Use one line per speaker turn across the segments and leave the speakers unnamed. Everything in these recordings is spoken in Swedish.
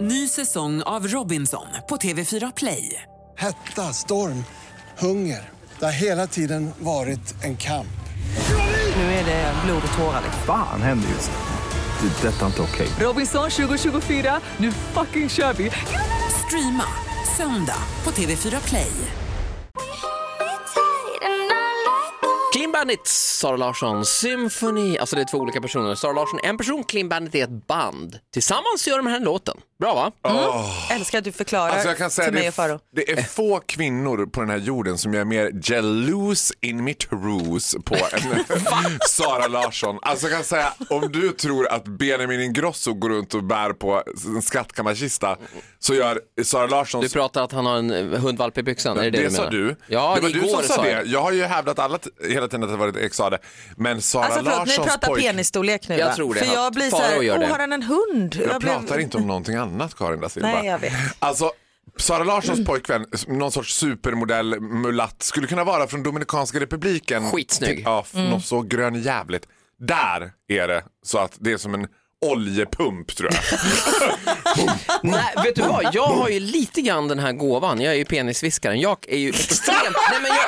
Ny säsong av Robinson på TV4 Play.
Hetta, storm, hunger. Det har hela tiden varit en kamp.
Nu är det blod och tårar. liksom.
Fan händer just nu. Det. är Detta är inte okej.
Robinson 2024, nu fucking kör vi! Streama söndag på TV4 Play.
Clean Bandits, Sara Larsson, Symphony. Alltså det är två olika personer. Sara Larsson en person, Clean Bandit är ett band. Tillsammans gör de här låten. Bra va?
Älskar att du förklarar
Alltså jag kan säga
till mig
det,
och Faro.
är, det är få kvinnor på den här jorden som jag är mer jaloux in my trues på än Sara Larsson. Alltså jag kan säga, om du tror att Benjamin Ingrosso går runt och bär på en skattkammarkista så gör Sara Larsson
Du pratar att han har en eh, hundvalp i byxan, är det det,
det
du menar?
sa du.
Ja,
det var
igår
du som sa
jag.
det. Jag har ju hävdat alla t- hela tiden att det var jag sa det. Men Sara
Alltså förlåt, ni
Larssons
pratar
pojk...
penisstorlek nu
Jag
va?
tror det.
För jag blir så här,
Faro gör
oh,
det.
har han en hund? blev-
Jag, pratar inte om någonting annat Karin da Silva.
Nej, jag vet.
Alltså, Sara Larssons pojkvän, någon sorts supermodell mulatt, skulle kunna vara från Dominikanska republiken.
Skitsnygg.
Ja, f-
Mm.
något så grön jävligt. Där är det så att det är som en oljepump tror jag.
Nej, vet du vad? Jag har ju lite grann den här gåvan. Jag är ju penisviskaren. Jag är ju extremt... Nej, men jag...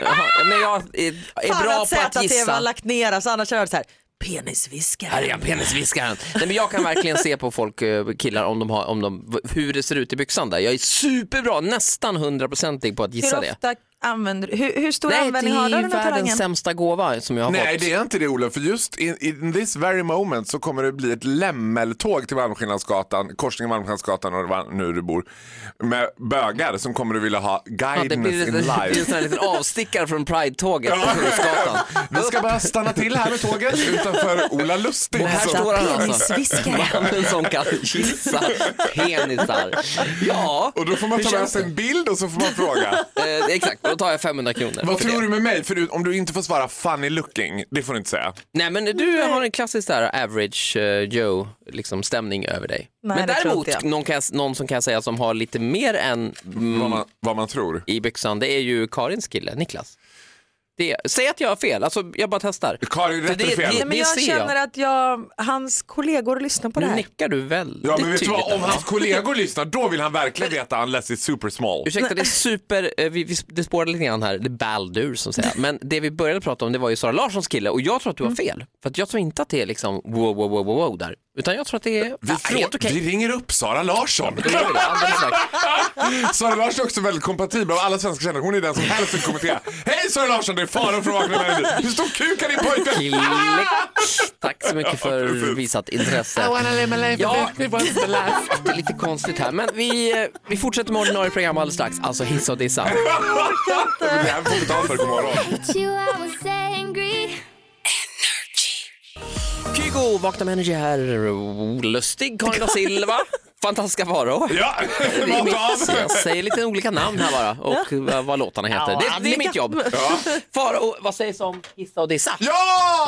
Jaha, men jag är, är
Fan
bra
att
på att
ZTV har
gissa.
lagt ner, alltså, annars hade jag varit så här,
Här är
penisviskare.
jag, penisviskaren. Nej, men jag kan verkligen se på folk, eh, killar, om de har, om de, v- hur det ser ut i byxan där. Jag är superbra, nästan hundraprocentig på att gissa
Hur
det.
ofta använder du, hur, hur stor
Nej, det
användning
är
har
ju
du av den här
världens
talangen?
sämsta gåva som jag har
Nej
fått.
det är inte det Olof, för just in, in this very moment så kommer det bli ett lämmeltåg till Malmskillnadsgatan, korsningen Malmskillnadsgatan och var- nu du bor, med bögar som kommer att vilja ha
Ja, det
guidance
blir, det
in
blir en
life.
sån här liten avstickare från Pride-tåget på Kungsgatan.
Vi ska bara stanna till här med tåget utanför Ola Lustig.
Och här
som-
står han alltså.
Penisviskare.
Mannen som kan kissa penisar. Ja,
Och då får man
Hur
ta med
känns
sig en bild och så får man fråga.
eh, exakt. Då tar jag 500 kronor.
Vad
för
tror
det.
du med mig? För om du inte får svara funny looking, det får du inte säga.
Nej, men du har en klassisk där average eh, Joe liksom, stämning över dig.
Nej,
men
det tror
däremot,
inte jag.
någon, kan, någon som kan säga som har lite mer än
Vad,
mm,
man, vad man tror.
i byxan, det är ju Karins kille, Niklas. Det, säg att jag har fel, alltså, jag bara testar.
Karin,
För
rätt eller
det-
fel?
det-
Nej, men jag
ser jag.
känner att jag, hans kollegor lyssnar på det
Nu
här.
nickar du väldigt
Ja men vet du
tydligt.
vad, om hans kollegor lyssnar då vill han verkligen veta unless it's super small.
Ursäkta, det är super, eh, vi, vi, det spårade lite grann här, det är baldur som säger. Men det vi började prata om det var ju Sara Larssons kille och jag tror att du har
Mm.
fel. För att jag tror inte att det är liksom wow, wow, wow, wow, wow där. Utan jag tror att det är
Vi,
ja,
frå-
helt okej.
vi ringer upp Sara Larsson.
Då gör vi det, alldeles strax.
Sara Larsson är också väldigt kompatibel av alla svenska kändisar. Hon är den som helst vill kommentera. Hej Sara Larsson, det är Farao från Vakna med Energy. Hur stor kuk har din pojkvän?
Klick. Tack så mycket
Ja,
för
precis.
visat intresse.
Oh,
Ja, det är lite konstigt här, men vi, eh, vi fortsätter med ordinarie program alldeles strax, alltså hissa och dissa.
Det här får vi betalt för, god morgon.
Kygo, Vakna med Energy här, Lustig, Karin da Silva, fantastiska Faro.
Ja,
Det är
mat
mitt,
av.
jag säger lite olika namn här bara och vad- vad låtarna heter. det, det är mitt jobb.
Ja.
Farao, vad sägs om hissa och dissa? Ja,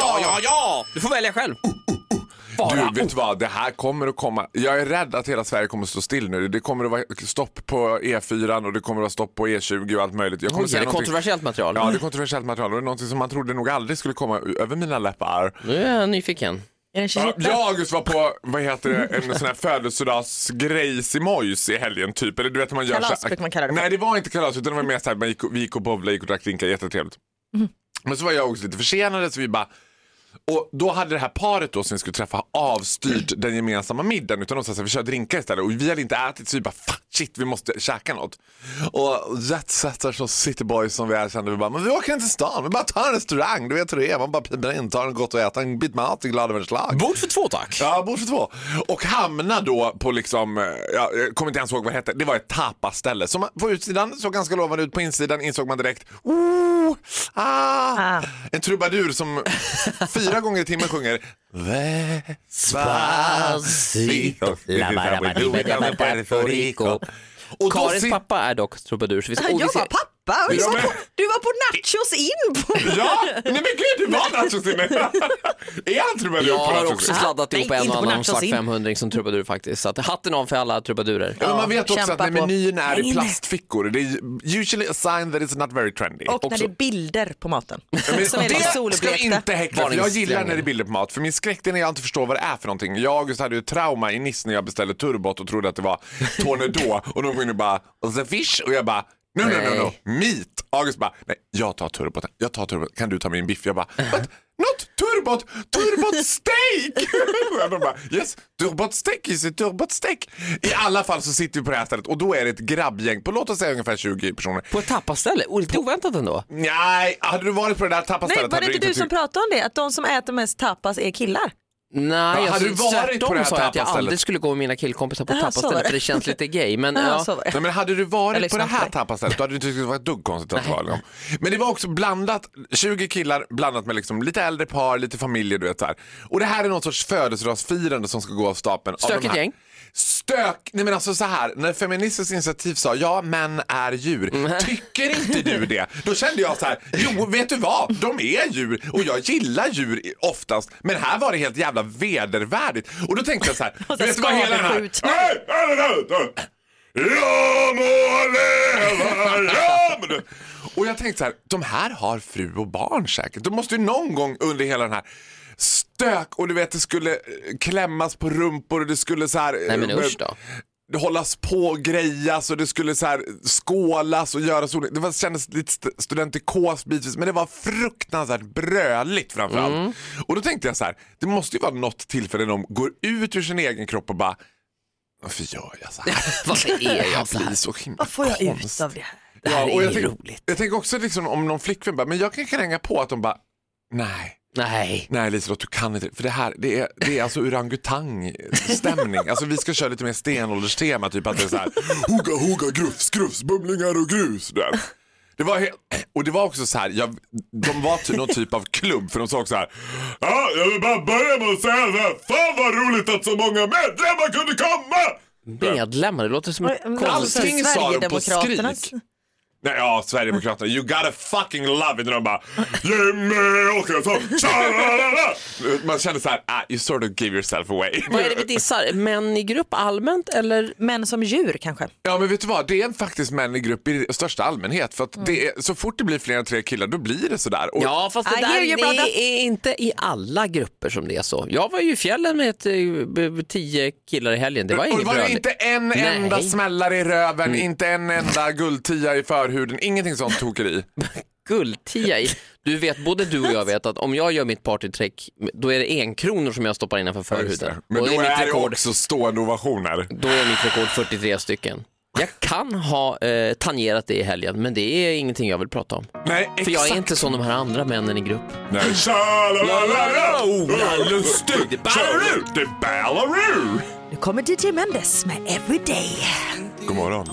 Oh,
Ja!
ja, ja! Du får välja själv. Farao.
Du, vet du vad? Det här kommer att komma. Jag är rädd att hela Sverige kommer att stå still nu. Det kommer att vara stopp på E4 och det kommer att vara stopp på E20 och allt möjligt. Jag kommer
Oj,
att
är
säga
det
någonting-
kontroversiellt material?
Ja, det är kontroversiellt material och det är någonting som man trodde nog aldrig skulle komma u- över mina läppar.
Nu är jag nyfiken.
Är det en
Ja,
kista?
jag och August var på vad heter det, en sån här födelsedagsgrej i Mojs i helgen typ. Eller du vet, man gör
Kalas
så här-
brukar man kalla det för.
Nej det var inte kalas utan det var mer så här, man gick, och- vi gick och bowlade, gick och drack drinkar, jättetrevligt.
Mm.
Men så var jag och August lite försenade så vi bara och då hade det här paret då som vi skulle träffa avstyrt den gemensamma middagen utan de sa att vi kör drinkar istället och vi hade inte ätit så vi bara fuck shit vi måste käka något. Och jetsetare som cityboys som vi är kände vi bara men vi åker inte till stan vi bara tar en restaurang du vet hur det är man bara piper in tar något gott att äta en bit mat i glada världens lag.
Bord för två tack.
Ja, bord för två. Och hamna då på liksom, eh, ja, jag kommer inte ens ihåg vad det hette, det var ett tapaställe. Som man- på utsidan såg ganska lovande ut, på insidan insåg man direkt, oh, ah,
Ah.
en trubadur som fyra gånger i timmen sjunger Despacito.
Karins pappa är dock trubadur så vi ska
Jag
odissera-
var pappa! pappa. Och du,
Ja,
var
men-
på, du var på nachos in. På...
Ja, nej men gud det var nachosinne! är han trubadur
Jag
på
har också
nachosinne?
sladdat
Nej,
ihop en
inte
och
på
annan
nachos
svart
in.
500 som trubadur faktiskt. Så att hatten av för alla trubadurer.
Ja, men man vet också
Kämpa
att när
på.
menyn är
Nej,
i
nej.
plastfickor, det är usually a sign that it's not very trendy.
Och när
Också-
det är bilder på maten.
Men
Som är lite
det ska vi
solblekta.
inte häckla för jag gillar när det är bilder på mat. För min skräck det är när jag inte förstår vad det är för någonting. Jag och August hade ju ett trauma i Nice när jag beställde turbot och trodde att det var tornedå och de går in och bara the fish och jag bara no no no no meat. August bara nej jag tar turboten, jag tar turbot, kan du ta min biff? Jag bara
Uh-huh.
what? Not turbot, turbot steak! och de bara yes, turbot steak is a turbot steak. I alla fall så sitter vi på det här stället och då är det ett grabbgäng på låt oss säga ungefär 20 personer.
På ett tappaställe, och lite oväntat ändå.
Nej, hade du varit på det där
Nej,
tappastället
var
hade typ-
det inte du
tyckt-
som pratade om det? Att de som äter mest tapas är killar?
Nej,
Ja, hade du varit på
tvärtom
det här
sa jag att jag
tapastället?
aldrig skulle gå med mina killkompisar på
Jaha, så var
tappastället
det.
för det känns lite gay. Men,
Ja.
ja.
Så var det.
Nej, men hade du
Jag
varit på
lyssnar
det
på
här
dig.
tapasstället då hade du inte tyckt det var ett dugg konstigt att det var. Liksom. Men det var också blandat, 20 killar blandat med liksom lite äldre par, lite familjer du vet så här. Och det här är någon sorts födelsedagsfirande som ska gå av stapeln. av
Stökigt
de här-
gäng.
Stök, nej men alltså så här, när Feministiskt initiativ sa ja män är djur,
Mm.
tycker inte du det? Då kände jag så här, jo vet du vad, de är djur och jag gillar djur i- oftast, men här var det helt jävla vedervärdigt. Och då tänkte jag så här,
Och så
vet du vad hela den här...
skadeskjut.
Nej, nej, nej, nej. Jag må leva, jag må... Och jag tänkte så här, de här har fru och barn säkert. De måste ju någon gång under hela den här stök och du vet det skulle eh, klämmas på rumpor och det skulle så här... eh,
Nej men usch då.
det hållas på och grejas och det skulle så här eh, skålas och göras olika. Det var, kändes lite st- studentikos bitvis men det var fruktansvärt bröligt framförallt.
Mm.
Och då tänkte jag så här, det måste ju vara något tillfälle när de går ut ur sin egen kropp och bara varför gör jag så här?
Varför är jag
Jag
så här?
blir så himla
Vad får jag ut
konstig.
av det här?
Det här
Ja, och
är
jag
ju
tänk-
roligt.
Jag tänker också liksom om någon flickvän bara, men jag kan kränga på att de bara, nej.
Nej.
Nej Liselott, du kan inte. För det här det är, det är alltså orangutang-stämning. Alltså vi ska köra lite mer stenålderstema, typ att det är så här hugga, hugga, grufs, grufs, bumlingar och grus. du vet. Det var helt, och det var också så här, jag, de var ty, någon typ av klubb för de sa också så här. Ja, jag vill bara börja med att säga det här. Fan vad roligt att så många medlemmar kunde komma!
Medlemmar, det låter som ett
Men
konstigt-
alltså,
Mm. Allting sa de på
Sverigedemokraternas-
skrik. Nej, ja, Sverigedemokraterna. You gotta fucking love it när de bara Jimmy Åkesson, tja-la-la-la." Man känner så här, ah, you sort of give yourself away.
Vad är det vi dissar? Män i grupp allmänt eller?
Män som djur kanske?
Ja men vet du vad, det är en faktiskt manlig grupp i största allmänhet. För att det är, så fort det blir fler än tre killar då blir det sådär. Och,
Ja fast det
I
där
hear you, brother.
det är inte i alla grupper som det är så. Jag var ju i fjällen med ett, eh, b- b- tio killar i helgen, det var
och
inget
det var
bröl.
ju inte en
Nej.
enda smällare i röven, inte en enda guldtia i förhuden, ingenting sånt tokeri.
guldtia i. Du vet, både du och jag vet att om jag gör mitt partytrick, då är det en kronor som jag stoppar innanför förhuden.
Men
och
då
det är mitt
är det
rekord,
också stående ovationer.
då är mitt rekord 43 stycken. Jag kan ha eh, tangerat det i helgen, men det är ingenting jag vill prata om.
Nej,
För jag är
exakt.
inte som de här andra männen i grupp.
Nej. Tja-la-la-la-la!
Ola Lustig, det är Ballaroo!
Det är Ballaroo!
Nu kommer DJ Mendes med Everyday.
God morgon.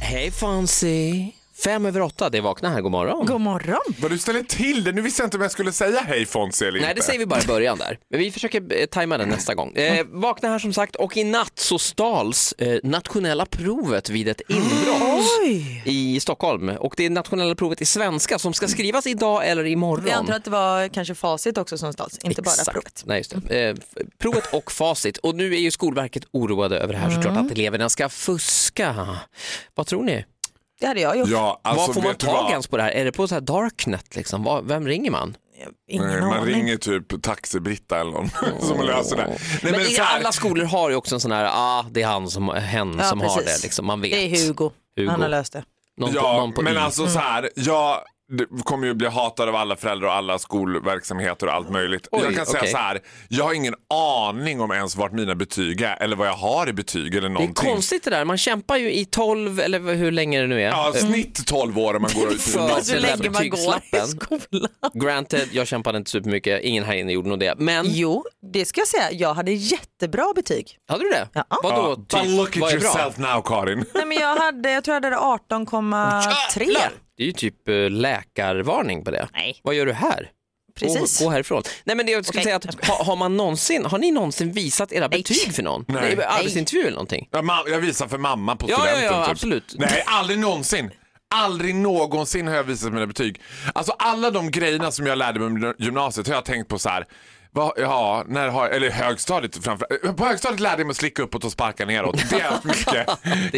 Hej Fancy! Fem över åtta, det är vakna här, god morgon.
God morgon.
Vad du ställer till det. Nu visste jag inte om jag skulle säga hej Fonzie eller inte.
Nej, det säger vi bara i början där. Men vi försöker eh, tajma den nästa gång. Eh, vakna här som sagt och i natt så stals eh, nationella provet vid ett inbrott
Oj.
i Stockholm. Och det är nationella provet i svenska som ska skrivas idag eller imorgon.
Vi antar att det var kanske facit också som stals, inte bara provet.
Nej, just det. Eh, f- provet och facit. Och nu är ju Skolverket oroade över det här såklart,
Mm.
att eleverna ska fuska. Vad tror ni?
Det hade jag gjort.
Ja, alltså,
Vad får man
vet du
tag
vad?
ens på det här? Är det på så här darknet liksom? Vad- Vem ringer man?
Ingen
Nej,
aning.
eh, Man ringer typ Taxi-Britta eller någon som löser det. Nej,
Men, i
så här-
alla skolor har ju också en sån här, ah, det är han som, hen
Ja,
som har
precis.
det liksom. Man vet.
Det är Hugo.
Hugo.
Han har löst det.
Någon på,
Ja,
någon på
men
I. Mm.
alltså så här, jag det kommer ju bli hatad av alla föräldrar och alla skolverksamheter och allt möjligt.
Oj,
jag kan säga
okej.
så här, jag har ingen aning om ens vart mina betyg är eller vad jag har i betyg eller
Det är
någonting.
konstigt det där, man kämpar ju i 12 eller hur länge det nu är.
Ja, alltså- snitt 12 år om man går ut.
För-
Så
Den där
länge man går i
betygslappen.
skolan.
Eh, Granted, jag kämpade inte supermycket, ingen här inne gjorde nog det. Men
Jo, det ska jag säga. Jag hade jättebra betyg.
hade du det?
Ja.
Vadå?
But look
typ. vad
at
är bra?
yourself now Karin.
Nej, men jag, hade, jag tror jag hade 18,3.
Det är ju typ eh, läkarvarning på det.
Nej.
Vad gör du här?
Precis.
Och gå härifrån. Nej men det jag skulle
Okej.
säga att ha, har, man någonsin, har ni någonsin visat era betyg för någon?
Nej.
Nej. Arbetsintervju eller någonting?
Ja, ma- Jag visar för mamma på
Ja,
studenten.
ja, ja,
typ.
absolut.
Nej, aldrig någonsin. Aldrig någonsin har jag visat mina betyg. Alltså alla de grejerna som jag lärde mig under gymnasiet har jag tänkt på så här. Va, ja, när har, eller högstadiet framför eh, På högstadiet lärde jag mig att slicka uppåt och sparka neråt. Det har jag haft mycket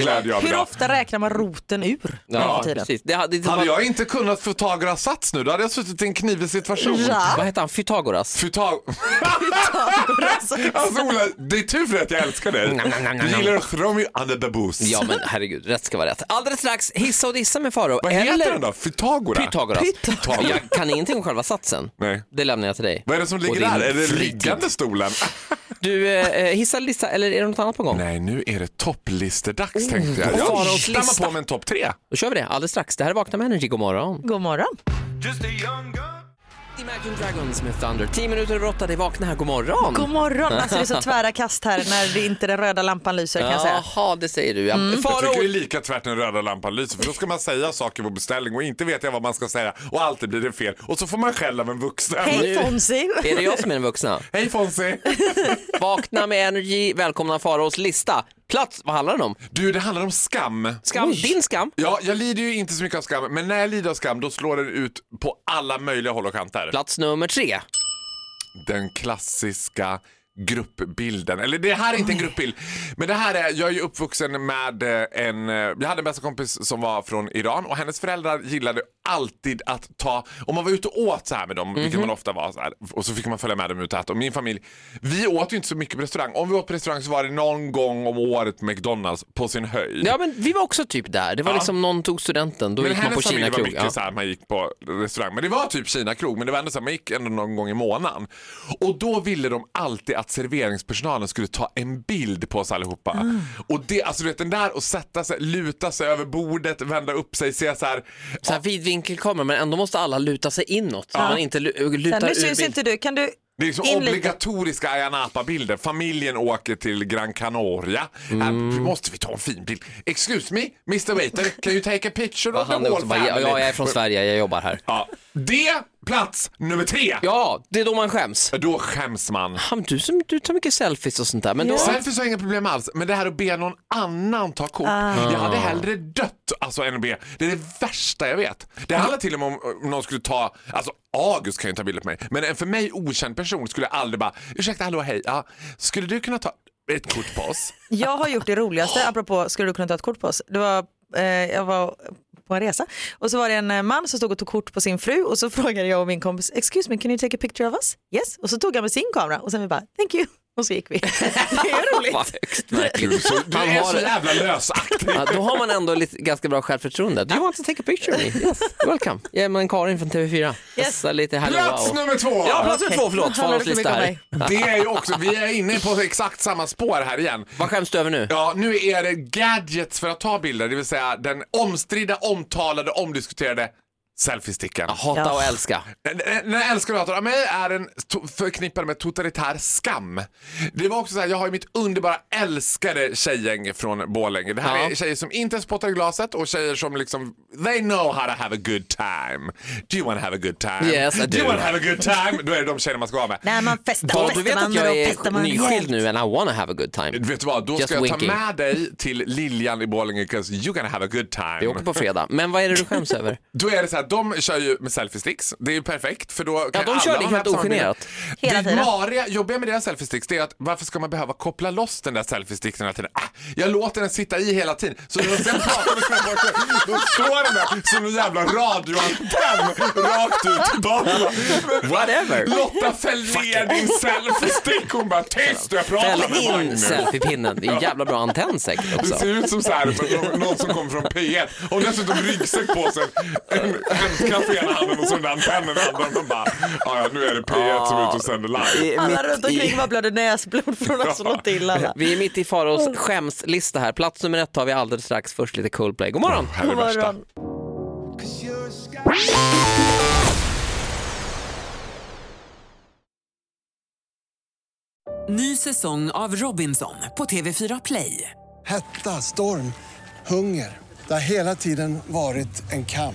glädje av.
Hur
idag.
ofta räknar man roten ur? nu för tiden?
precis. Det, hade- det,
Hade
var-
jag inte kunnat få tag i sats nu, då hade jag suttit i en knivig situation.
Ja.
Vad hette han? Pythagoras?
Futag... alltså Ola, det är tur för att jag älskar dig.
Nam, nam, nam, nam,
Du
nam.
gillar att throw me under the bus.
Ja men herregud, rätt ska vara rätt. Alldeles strax, hissa och dissa med Faro.
Vad heter den då? Pythagora?
Pythagoras.
Pythagoras.
Jag kan ingenting om själva satsen.
Nej.
Det lämnar jag till dig.
Vad är det som
Och
ligger
din
där? Är det
fritid.
liggande stolen?
Du, eh, hissa eller dissa, eller är det något annat på gång?
Nej, nu är det topplistedags
Oh,
tänkte jag.
vad
Jag
Faraos
stammar
lista.
på med en topp tre.
Då kör vi det alldeles strax. Det här är Vakna med Energy, god morgon.
God morgon.
Imagine Dragons med Thunder. 10 minuter över 8, det är Vakna här, god morgon.
God morgon. Alltså det är så tvära kast här när det inte den röda lampan lyser kan jag säga.
Jaha, det säger du ja.
Jag tycker det är
Mm. Faro,
lika tvärt den röda lampan lyser för då ska man säga saker på beställning och inte vet jag vad man ska säga och alltid blir det fel och så får man skäll av en vuxen.
Hej Fonzie.
är det jag som är den vuxna?
Hej Fonzie!
Vakna med Energy, välkomna Faros lista. Plats, vad handlar den om?
Du, det handlar om skam.
Skam, din skam?
Ja, jag lider ju inte så mycket av skam, men när jag lider av skam då slår den ut på alla möjliga håll och kanter.
Plats nummer tre.
Den klassiska gruppbilden. Eller det här är inte en gruppbild, men det här är, jag är ju uppvuxen med eh, en, eh, jag hade en bästa kompis som var från Iran och hennes föräldrar gillade alltid att ta, om man var ute och åt så här med dem, vilket man ofta var så här, och så fick man följa med dem ut och äta. Och min familj, vi åt ju inte så mycket på restaurang. Om vi åt på restaurang så var det någon gång om året McDonalds på sin höjd.
Ja men vi var också typ där, det var liksom någon tog studenten, då
Men
gick man på
hennes familj
Kina
var
krog.
mycket
Ja.
så här, man gick på restaurang. Men det var typ Kina krog, men det var ändå så här, man gick ändå någon gång i månaden. Och då ville de alltid att serveringspersonalen skulle ta en bild på oss allihopa. Och det, alltså du vet den där och sätta sig, luta sig över bordet, vända upp sig, se så här.
Så här vidvinkelkamera, men ändå måste alla luta sig inåt. Så man inte lu-
Sen,
lutar
nu
ur
syns
bild.
inte du. Kan du
Det är liksom
in lite?
obligatoriska Ayia Napa-bilder. Familjen åker till Gran Canaria.
Mm.
Här måste vi ta en fin bild. Excuse me, Mr Waiter, can you take a picture of the
Han är
whole
också bara, ja,
family?
jag är från Sverige, jag jobbar här.
Ja, det, plats nummer tre.
Ja, det är då man skäms.
Då skäms man.
Han, du, som, du tar mycket selfies och sånt där, men då...
Selfies har jag inga problem alls, men det här att be någon annan ta kort.
Ah.
Jag hade hellre dött alltså, än att be. Det är det värsta jag vet. Det handlar till och med om om någon skulle ta, alltså August kan ju ta bilder på mig, men en för mig okänd person skulle jag aldrig bara, ursäkta, hallå, hej, ja, skulle du kunna ta ett kort på oss?
Jag har gjort det roligaste, apropå skulle du kunna ta ett kort på oss. Det var, eh, jag var på en resa och så var det en eh, man som stod och tog kort på sin fru och så frågade jag och min kompis, excuse me can you take a picture of us? Yes, och så tog han med sin kamera och sen vi bara, thank you. Och så gick vi. Det är
Vad
roligt.
högst märkligt.
Du, så, du
Han
är
har
så
det.
jävla lösaktig.
Ja, då har man ändå lite, ganska bra självförtroende. Do you want to take a picture of me? Yes, welcome. Jag är man Karin från TV4. Yes. lite hallå
Plats
wow.
nummer två!
Ja, plats nummer
Okej.
två, förlåt.
Handlar det
Faros
för
lista
mycket om
här.
mig?
Det är ju också, vi är inne på exakt samma spår här igen.
Vad skäms du över nu?
Ja, nu är det gadgets för att ta bilder, det vill säga den omstridda, omtalade, omdiskuterade selfiesticken.
Hata
Ja.
och älska.
Den- Den den älskar jag hatar. mig är den to- förknippad med totalitär skam. Det var också så här, jag har ju mitt underbara älskade tjejgäng från Borlänge. Det här
Ja.
är tjejer som inte spottar i glaset och tjejer som liksom, they know how to have a good time. Do you want to have a good time?
Yes, I
do. you
do.
want to have a good time? Då är det de tjejerna man ska vara med.
När man festar,
Ja,
festar
du vet
man
att
och
jag
då festar
är
man
nyskild
rejält.
nu and I wanna have a good time.
Vet du vad, då
Just
ska jag
winking.
ta med dig till Liljan i Borlänge 'cause you're gonna have a good time.
Vi åker på fredag. Men vad är det du skäms över?
Då är det så här, de kör ju med selfiesticks. Det är ju perfekt för då kan
de
alla
kör det
ha
helt
med samma
ogenerat.
bild.
Hela
det
tiden.
mariga, jobbiga med deras selfiesticks det är att varför ska man behöva koppla loss den där selfiesticken hela tiden? Ah, jag låter den sitta i hela tiden. Så när de sen pratar med sina folk, då står den där som en jävla radioantenn rakt ut tillbaka.
Whatever.
Lotta fäll ner din selfiestick. Hon bara tyst, jag pratar med
Fäll
Magnus.
in selfiepinnen. Det är en jävla bra antenn säkert
Du
också.
ser ut som så här, någon som kommer från P1 och dessutom ryggsäck på sig, en hämtkaffé i ena handen och så den där antennen i andra. Man bara, "Ja, ja, nu är det P1 som är ute och sänder live.
Alla runt omkring bara blöder näsblod från oss och låt till alla.
Vi är mitt i Faros
Oh.
skämslista här. Plats nummer ett tar vi alldeles strax. Först lite Coldplay. God morgon!
Här är det värsta.
morgon.
Ny säsong av Robinson på TV4 Play.
Hetta, storm, hunger. Det har hela tiden varit en kamp.